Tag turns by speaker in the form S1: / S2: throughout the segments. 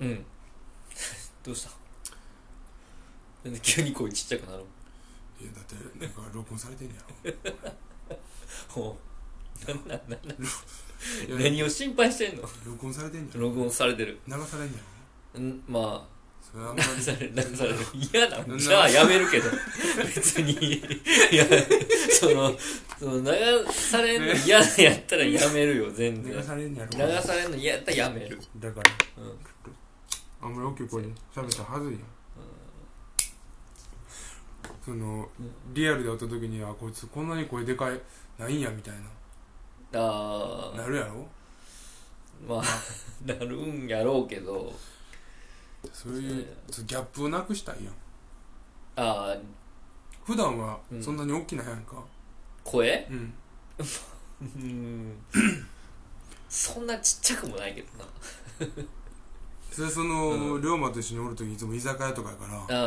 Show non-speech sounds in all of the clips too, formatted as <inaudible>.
S1: うん。 <laughs> どうしたなんで急に声ちっちゃくなる
S2: いやだってなんか録音されてんねや
S1: の
S2: ろいや
S1: 何を心配してんの
S2: 録音されてんねや
S1: 録音されてる。
S2: ろ流されんねや
S1: んまあ、
S2: ろそれはあんま
S1: 流される、流される。 <laughs> 嫌だも。
S2: なんん
S1: じゃあやめる <laughs> けど。別に。いや、その、その流されんの嫌だやったらやめるよ、全
S2: り
S1: 然。
S2: 流されんねやろ
S1: 流されんの嫌やったらやめる。
S2: だから
S1: うん。
S2: あんまり大きい声で喋ったらはずいやんそのリアルで会った時にはこいつこんなに声でかいないんやみたい
S1: あ
S2: な
S1: あ
S2: なるやろ
S1: まあ、なるんやろうけど、
S2: そういうそうギャップをなくしたいやん
S1: ああ、
S2: 普段は
S1: うん
S2: そんなに大きないやんか
S1: 声
S2: うん
S1: うんそんなちっちゃくもないけどな
S2: それそ
S1: うん
S2: の龍馬と一緒におる時いつも居酒屋とかやからそ
S1: あ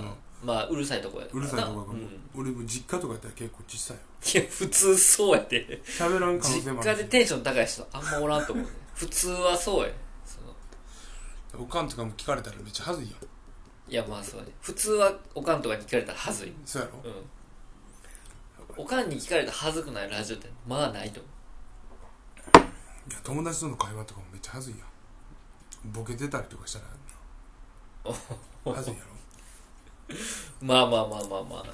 S2: の
S1: あまあうるさいとこや
S2: うるさいとこやから
S1: なうん、い
S2: 俺も実家とかやったら結構小さいよ
S1: や普通そうやで
S2: 喋らん可能性
S1: 実
S2: もあ
S1: 家
S2: る
S1: で
S2: し
S1: テンション高い人あんまおらんと思うね普通はそうやその
S2: おかんとかも聞かれたらめっちゃはずいやん
S1: いやまあそうやね普通はおかんとかに聞かれたらはずい
S2: そうやろ
S1: うんおかんに聞かれたらはずくないラジオってまあないと思
S2: いや友達との会話とかもめっちゃはずいやんボケてたりとかしたらなはずい <laughs> やろ
S1: うまあまあまあまあまあ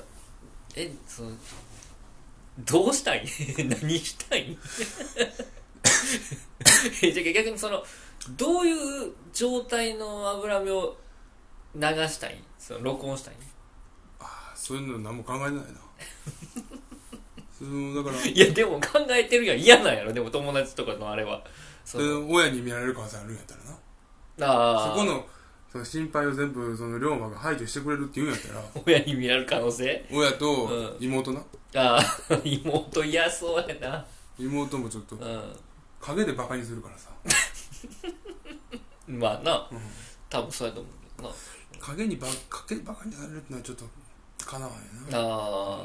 S1: えそのどうしたい <laughs> 何したい <laughs> えじゃあ逆にそのどういう状態の脂身を流したいその録音したい
S2: あそういうの何も考えて <laughs> ないなそのだから
S1: いやでも考えてるやん嫌なんやろでも友達とかのあれはそ
S2: それ
S1: の
S2: 親に見られる可能性あるんやったらなそ
S1: あー
S2: このその心配を全部その龍馬が排除してくれるって言うんや <laughs> ったら
S1: 親に見られる可能性
S2: 親
S1: うん
S2: と妹な、
S1: ああ <laughs> 妹嫌そうやな
S2: 妹もちょっと
S1: う
S2: 陰でバカにするからさ、
S1: んまあな
S2: うん
S1: 多分そうやと思うけどな
S2: 陰にバ陰でバカにされるってのはちょっとかなわんよな
S1: あー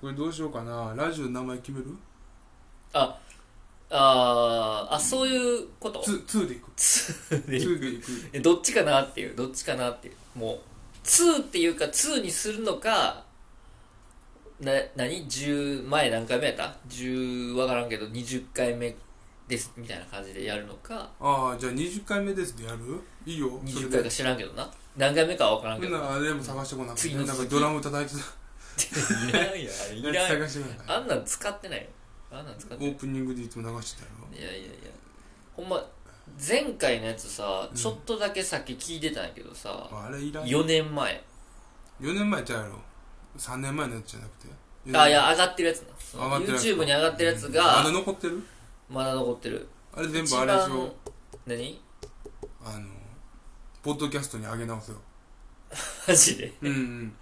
S2: これどうしようかなラジオの名前決める
S1: あ、あーあ、そういうこと
S2: ツーツーでいく
S1: ツー
S2: ツ
S1: でい
S2: ーでいく
S1: やどっちかなっていう、どっちかなっていう。もう、2っていうか、2にするのか、な、なに ?10、前何回目やった ?10 わからんけど、20回目です、みたいな感じでやるのか、
S2: ああじゃあ20回目ですでやるいいよそれ
S1: 20回か
S2: で
S1: 知らんけどな。何回目かはわからん
S2: み
S1: け
S2: ん
S1: どな。
S2: なあれも探してこなくて
S1: 次の
S2: なん
S1: 続
S2: か
S1: き
S2: ドラム叩いてた
S1: いらんや、あれいらんや。
S2: 探してこな
S1: あんなん使ってないよ。あんなん使っ
S2: オ
S1: てない
S2: ー。プニングでいつも流してたやろ
S1: いやいやいやほんま前回のやつさ
S2: うん
S1: ちょっとだけさっき聞いてたんやけどさ、
S2: あれいらん
S1: 4年前
S2: 4年前ちゃうやろ3年前のやつじゃなくて
S1: あいや上がってるやつなそ
S2: 上
S1: の
S2: がってるやつ
S1: YouTube に上がってるやつ
S2: まだ
S1: が
S2: 残ってる
S1: まだ残ってる
S2: あれ全
S1: 一
S2: 部あれでし
S1: 番
S2: ょ
S1: 何 <laughs>
S2: あのポッドキャストに上げ直すよ
S1: マジで
S2: うんうん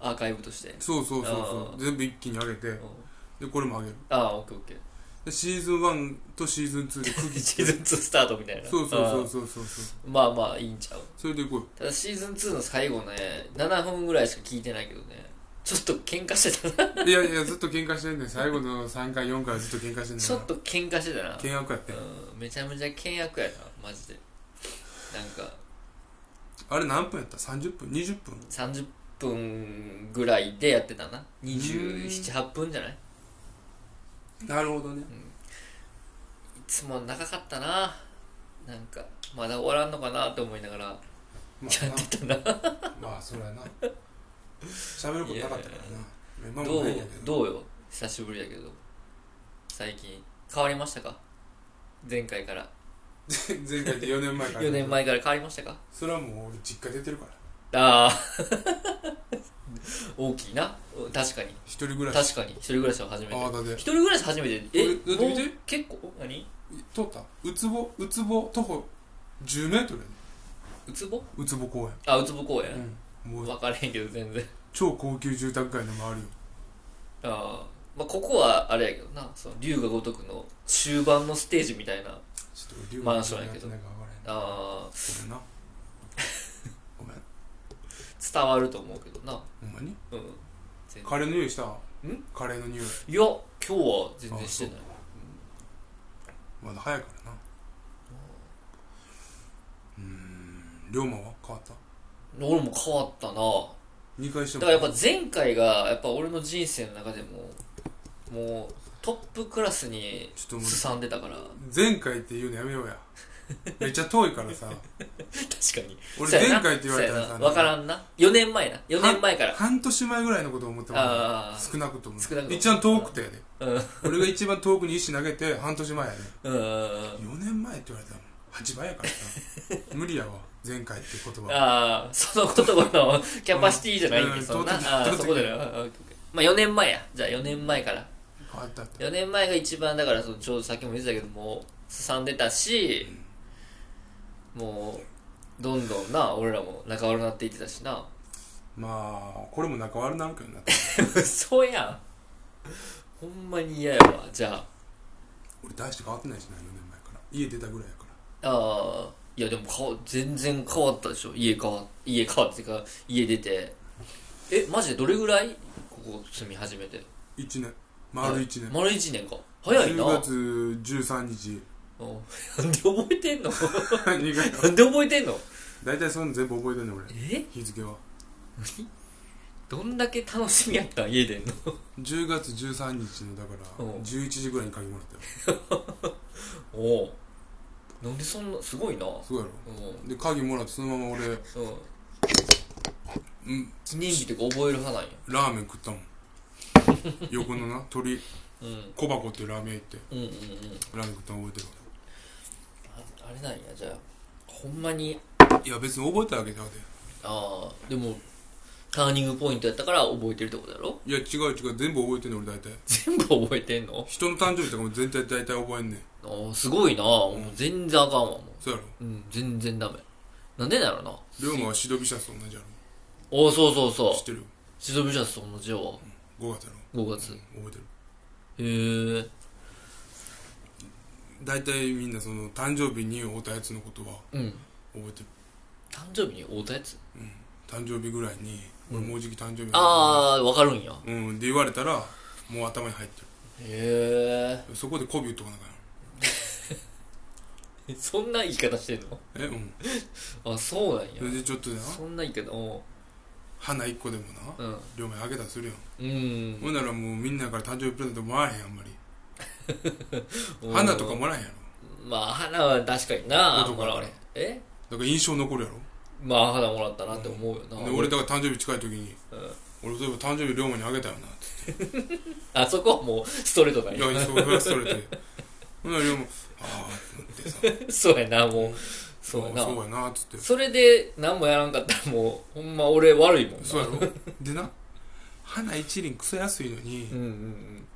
S1: アーカイブとして
S2: そうそうそう
S1: あ
S2: そ
S1: ー
S2: う全部一気に上げて
S1: うん
S2: でこれも上げる
S1: ああオッケーオッケー <laughs>
S2: でシーズン1とシーズン2で区切
S1: シーズン2スタートみたいな
S2: そうそうそう
S1: <laughs> あ
S2: そうそうそう
S1: あまあまあいいんちゃう
S2: それでいこうよ
S1: ただシーズン2の最後ね7分ぐらいしか聞いてないけどねちょっと喧嘩してたな
S2: <laughs> いやいやずっと喧嘩してんねん最後の3回4回はずっと喧嘩してんねん
S1: ちょっと喧嘩してたな
S2: 険悪やってん
S1: うんめちゃめちゃ険悪やなマジでなんか
S2: あれ何分やった30分20分
S1: 30分ぐらいでやってたな278分じゃない
S2: なるほどね
S1: いつも長かったななんかまだ終わらんのかなと思いながらや
S2: まあな
S1: ってたな
S2: まあそれはな喋ることなかったからな今
S1: ど
S2: も
S1: う
S2: ないんやけど
S1: どうよ久しぶりやけど最近変わりましたか前回から
S2: 前回で4年前から
S1: 4年前から変わりましたか
S2: それはもう俺実家出てるから
S1: ああ <laughs> 大きいなうん確かに
S2: 一人暮らし
S1: 確かに一人暮らしを始めて
S2: ああだっ
S1: 一
S2: て
S1: 人暮らし初めてえ
S2: これだって見て
S1: もう結構何
S2: 通ったうつぼうつぼ徒歩10メートルやで
S1: うつぼ
S2: うつぼ公
S1: あうつぼ公園、
S2: 園、うん、もう
S1: 分からへんけど全然
S2: 超高級住宅街の周りよ
S1: あー、まあここはあれやけどなその龍が如くの終盤のステージみたい
S2: ち
S1: な
S2: ょっと俺
S1: マンションやけど
S2: なんか分からへん
S1: あー
S2: ごめんなご
S1: <laughs>
S2: めん
S1: 伝わると思うけどな
S2: ほんまに
S1: うん
S2: カレーの匂いしたん
S1: ん
S2: カレーの匂い
S1: いや今日は全然してない
S2: まだ早いからな龍馬は変わった
S1: 俺も変わったな
S2: 2回して
S1: だからやっぱ前回がやっぱ俺の人生の中でももうトップクラスに
S2: ちょっともう
S1: すさんでたから
S2: 前回って言うのやめようやめっちゃ遠いからさ
S1: <laughs> 確かに
S2: 俺
S1: <laughs> そうやな
S2: 前回って言われたらさ
S1: そうやなわからんな4年前な4年前から
S2: 半年前ぐらいのことを思っても
S1: あー
S2: 少なくとも
S1: 少なくとも
S2: 一番遠くてやで
S1: うんうん
S2: 俺が一番遠くに石投げて半年前やで
S1: うん
S2: 4年前って言われたら8倍や
S1: <laughs>
S2: からさ無理やわ前回って言葉
S1: ああその言葉の <laughs> キャパシティじゃないん
S2: う
S1: で
S2: ん
S1: そんな
S2: 到達
S1: あー
S2: 到達
S1: そこでなうんうんまあ4年前やじゃあ4年前から
S2: 変わったって
S1: 4年前が一番だからそのちょうどさっきも言ってたけどもうすさんでたしもうどんどんな俺らも仲悪くなっていってたしな
S2: まあこれも仲悪なるけどな
S1: 嘘やんほんまに嫌やわじゃあ
S2: 俺大して変わってないしな4年前から家出たぐらいやから
S1: ああいやでもかわ全然変わったでしょ家変わ家変わってか家出てえマジでどれぐらいここ住み始めて
S2: 1年丸1
S1: あ
S2: 年
S1: 丸1年か早いな
S2: 10月13日 <laughs>
S1: うんなんで覚えてんの <laughs>
S2: 2回
S1: なんで覚えてんの
S2: 大体そういうの全部覚えてんねん俺
S1: え
S2: 日付は
S1: どんだけ楽しみやったん家出んの
S2: 10月13日のだから
S1: うん
S2: 11時ぐらいに鍵もらったよ
S1: おおなんでそんなすごいな
S2: すごいやろ
S1: う
S2: で鍵もらってそのまま俺、うん
S1: うん記念日とか覚える派なんや
S2: ラーメン食ったもん <laughs> 横のな鳥
S1: うん
S2: 小箱っていうラーメン屋行って
S1: うんうんうん
S2: ラーメン食ったの覚えてるわ
S1: ああれなんやじゃあほんまに
S2: いや別に覚えたわけじゃなくて
S1: ああでもターニングポイントやったから覚えてるってことやろ <laughs>
S2: いや違う違う全部覚えてんねん俺大体
S1: 全部覚えてんの
S2: 人の誕生日とかも全体大体覚えんねん
S1: あーすごいなもう全然あかんわも
S2: そうやろ
S1: う、うん、全然ダメなんでだろうなあ
S2: 龍馬はシドビシャスと同じやろ
S1: ーそうそうそ
S2: 知っ
S1: う
S2: てるよ
S1: シドビシャスと同じよ
S2: 5月や
S1: 5月
S2: ろ、うん覚えてる
S1: へえ
S2: 大体みんなその誕生日に会うたやつのことは
S1: うん
S2: 覚えてる
S1: 誕生日に会うたやつ
S2: 誕生日ぐらいに俺もうじき誕生日やから
S1: ああわかるんや
S2: うんで言われたらもう頭に入って
S1: へ
S2: るそこで媚び打っとかなあか <laughs>
S1: えそんな言い方してんの
S2: んやろえうん
S1: <laughs> あそうなん
S2: それ
S1: や
S2: でちょっとな
S1: そんな言い方お
S2: 花一個でもな
S1: ううん
S2: 両面あげたりするやん
S1: うん
S2: ほんならもうみんなから誕生日プレゼントもらえへんあんまり花とかもらえへんや
S1: まあ花は確かにな
S2: 男
S1: ほ
S2: や
S1: ら
S2: から
S1: 俺え
S2: ろだから印象残るやろ
S1: まあ花もらったなって思うよな
S2: で俺だから誕生日近い時に
S1: うん
S2: 俺そういえば誕生日龍馬にあげたよなって
S1: あそこはもうストレートだよ
S2: いやそう言わされてほんなら龍馬ああってさ
S1: そうやなもうそうや
S2: ああ
S1: な
S2: そうやなっつって
S1: それで何もやらんかったらもうほんま俺悪いもんな
S2: そうやろ <laughs> でな花一輪クソ安いのに
S1: うんうんうん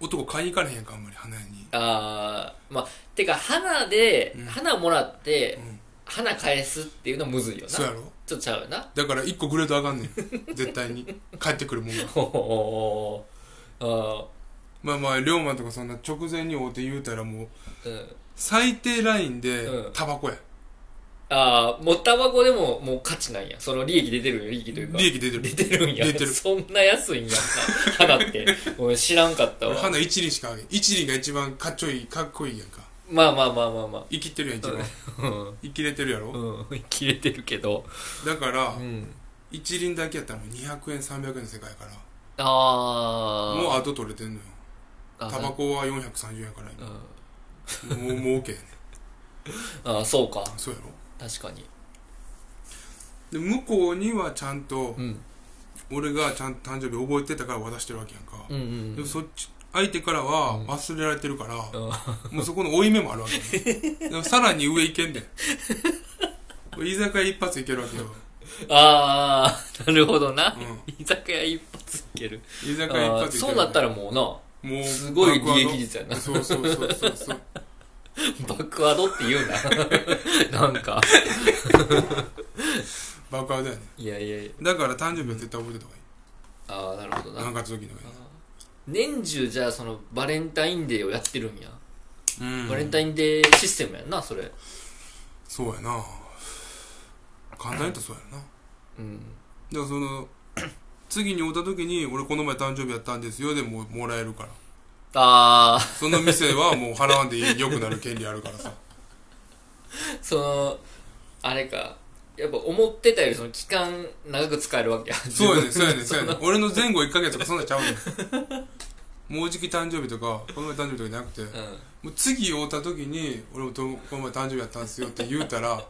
S2: 男買いに行かれへんやんかあんまり花屋に
S1: ああまあてか花で、
S2: うん
S1: 花もらって、
S2: うん
S1: 花返すっていうのむずいよなち
S2: そう
S1: ょ
S2: やろ
S1: っとちゃう
S2: <laughs>
S1: よな
S2: だから一個くれとあか
S1: <laughs>
S2: んねん絶対に帰ってくるもんが
S1: おおあ
S2: まあまあ龍馬とかそんな直前に会うて言うたらもう
S1: ーうん
S2: 最低ラインで
S1: うん
S2: タバコや
S1: あーもうタバコでももう価値なんやその利益出てるよ利益というか
S2: 利益出てる
S1: 出てるんや
S2: 出てる
S1: そんな安い
S2: <laughs>
S1: んやな花って俺知らんかった
S2: 俺
S1: わ
S2: 花一輪しかあげん一輪が一番かっちょいいかっこいいやんか
S1: まあまあまあまあま
S2: 生きてるやん一番
S1: あ
S2: 生きれてるやろ、
S1: うん、うん、切れてるけど
S2: だから、
S1: うん
S2: 一輪だけやったらもう200円300円の世界やから
S1: ああ
S2: もう後取れてんのよ
S1: あ
S2: タバコは430円やから
S1: うん
S2: 今もう儲けやね
S1: ああそうか
S2: そうやろ
S1: 確かに
S2: で向こうにはちゃんと
S1: うん
S2: 俺がちゃんと誕生日覚えてたから渡してるわけやんか、
S1: うんうん
S2: でもそっち相手からは忘れられてるから、
S1: うん
S2: もうそこの負い目もあるわけよ、ね、でもさらに上行けん
S1: <laughs>
S2: ねんこれ居酒屋一発行けるわけよ、
S1: ああなるほどな
S2: う、ん、
S1: 居酒屋一発いける
S2: 居酒屋一
S1: あー
S2: 発行
S1: そ
S2: け
S1: う
S2: る
S1: なったらもうな
S2: もう
S1: すごい
S2: 爆上
S1: 利
S2: げ
S1: 益率やな
S2: そうそうそうそうそう
S1: バックワードって言うな <laughs> なんか
S2: 爆上げだよね
S1: いやいやいや
S2: だから誕生日は絶対覚えてた方がいい
S1: ああなるほどな
S2: 何かあった時の方がい
S1: 年中じゃあそのバレンタインデーをやってるん
S2: い、
S1: や、
S2: うん、
S1: バレンタインデーシステムやんなそれ
S2: そうやな簡単に言ったらそうやなだか
S1: うん
S2: らその <clears throat> 次に会った時に俺この前誕生日やったんですよでももらえるから
S1: ああ
S2: その店はもう払わんでよくなる権利あるからさ
S1: <laughs> そのあれかやっぱ思ってたよりその期間長く使えるわけや
S2: そうやねんそうやねんそうやねん俺の前後1ヶ月とかそんなんちゃうねんもうじき誕生日とかこの前誕生日とかじゃなくて
S1: 自分うん
S2: もう次会うた時に俺もとこの前誕生日やったんですよって言うたら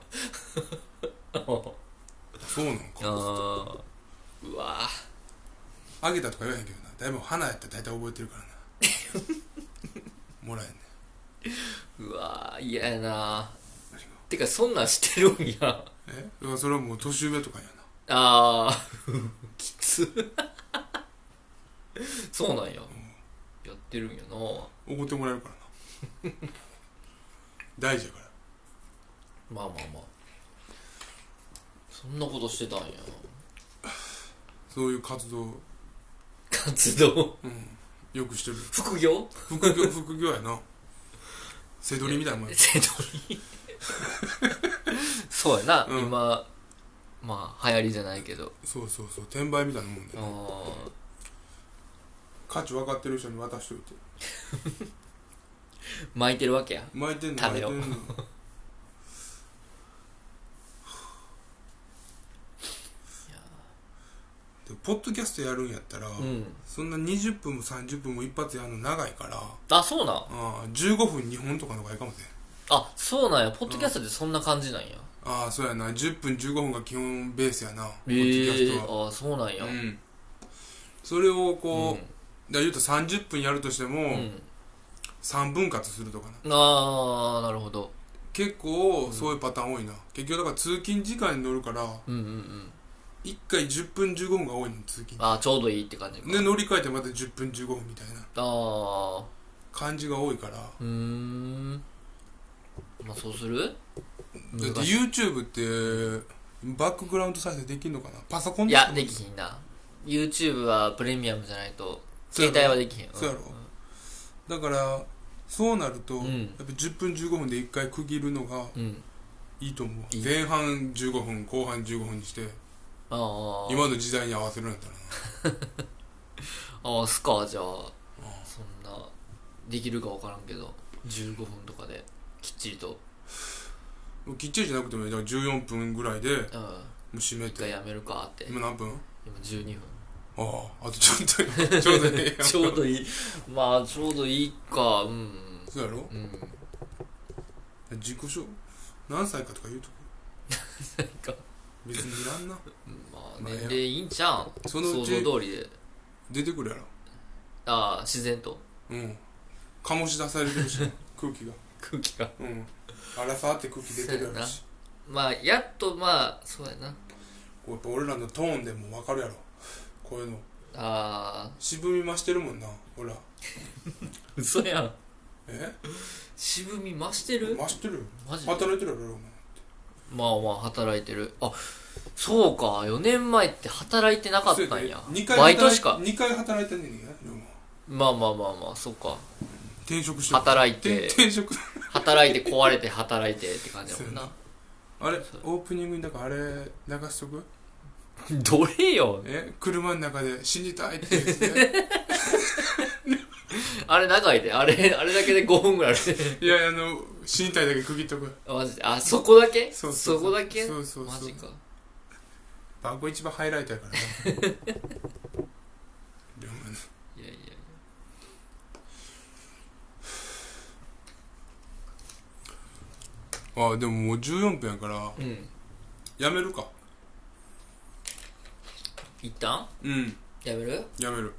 S2: そうなんか
S1: あーうわ
S2: あげたとか言わへんけどなだいぶ花やったら大体覚えてるからなもらえんね
S1: ーうわー嫌やなてかそんなんしてるんや
S2: えだからそれはもう年上とかやな
S1: ああ <laughs> きつそうなんややってるんやな
S2: 怒ってもらえるからな <laughs> 大事やから
S1: まあまあまあそんなことしてたんや
S2: そういう活動、
S1: 活動
S2: うん、よくしてる
S1: 副業
S2: 副
S1: <laughs>
S2: 業副業やなせどりみたいなもんや
S1: 手取りそうやな、
S2: うん
S1: 今まあ流行りじゃないけど
S2: そうそうそう転売みたいなもんで
S1: あー
S2: 価値分かってる人に渡しといて
S1: 巻いてるわけや
S2: 巻いてんの
S1: 食
S2: 巻
S1: べ
S2: いて
S1: ようん <laughs>
S2: のでポッドキャストやるんやったら、
S1: うん
S2: そんな20分も30分も一発やるの長いから
S1: あそうなん
S2: あー15分2本とかの方がいいかもね
S1: あそうなんやポッドキャストってそんな感じなんや、
S2: ああそうやな10分15分が基本ベースやなポ
S1: ええ
S2: ッドキャストは、
S1: あそうなんや、
S2: うんそれをこう、
S1: うん
S2: だから言うと30分やるとしても、
S1: うん
S2: 3分割するとかな
S1: ああなるほど
S2: 結構そういうパターン多いな、結局だから通勤時間に乗るから
S1: うんうんうん
S2: 1回10分15分が多いの通勤
S1: ああちょうどいいって感じか
S2: で乗り換えてまた10分15分みたいな
S1: ああ
S2: 感じが多いから
S1: うーんまあそうする
S2: だって
S1: 難し
S2: YouTube ってバックグラウンド再生できんのかなパソコン
S1: いい
S2: とか
S1: やできひんな YouTube はプレミアムじゃないと
S2: そう
S1: 携
S2: やろ
S1: 帯はできへん
S2: そうやろだからそうなると、
S1: うん
S2: やっぱ10分15分で1回区切るのが
S1: うん、うん、
S2: いいと思う
S1: いい
S2: 前半15分後半15分にして
S1: ああ
S2: 今の時代に合わせるんやったらな
S1: ああすかじゃあそんなできるか分からんけど15分とかできっちりと
S2: もうきっちりじゃなくてもいいだから14分ぐらいでも
S1: うん
S2: う締め
S1: 一回
S2: て
S1: やめるかって
S2: 今何分
S1: 今12分
S2: あああとちょっと <laughs> ちょうどいいやん
S1: <laughs> ちょうどいいまあちょうどいいかうん
S2: そうやろ
S1: うん
S2: 自己紹何歳かとか言うとこ
S1: なんか
S2: 別にいらんな
S1: まあ
S2: まあええ
S1: 年
S2: わ
S1: 齢いいんちゃうん
S2: そのうち
S1: 想像通りで
S2: 出てくるやろ
S1: ああ自然と
S2: うん醸し出されてる
S1: <laughs>
S2: し空気が
S1: 空気が
S2: うん荒さって空気出てるやろし
S1: まあやっとまあそうやな
S2: こうやっぱ俺らのトーンでも分かるやろこういうの
S1: ああ
S2: 渋み増してるもんなほら
S1: 嘘やん
S2: え
S1: 渋み増してる
S2: 増してるよ
S1: マジで
S2: 働いてるやろ俺も
S1: まあまあ働いてるあそうか4年前って働いてなかったんや
S2: 2回
S1: バイトしか
S2: 2回働いてんねんや龍馬
S1: まあまあまあまあそうか
S2: 転職してる
S1: 働い
S2: 転
S1: て
S2: 転職
S1: <laughs> 働いて壊れて働いてって感じやもんな
S2: あれ
S1: そう
S2: オープニングにだからあれ流しとく
S1: どれよ
S2: え車の中で死にたいって言
S1: <laughs>
S2: って
S1: あれ長いであれあれだけで5分ぐらいあるで
S2: いやあの死にたいだけ区切っとく
S1: マジであそこだけ
S2: そう
S1: そこだけ
S2: そうそうそう
S1: マジか
S2: バコ一番ハイライトやからな
S1: <laughs>
S2: 龍馬ね
S1: いやいやいや
S2: あでももう14分やから
S1: うん
S2: やめるか
S1: 一旦
S2: うん
S1: やめる
S2: やめる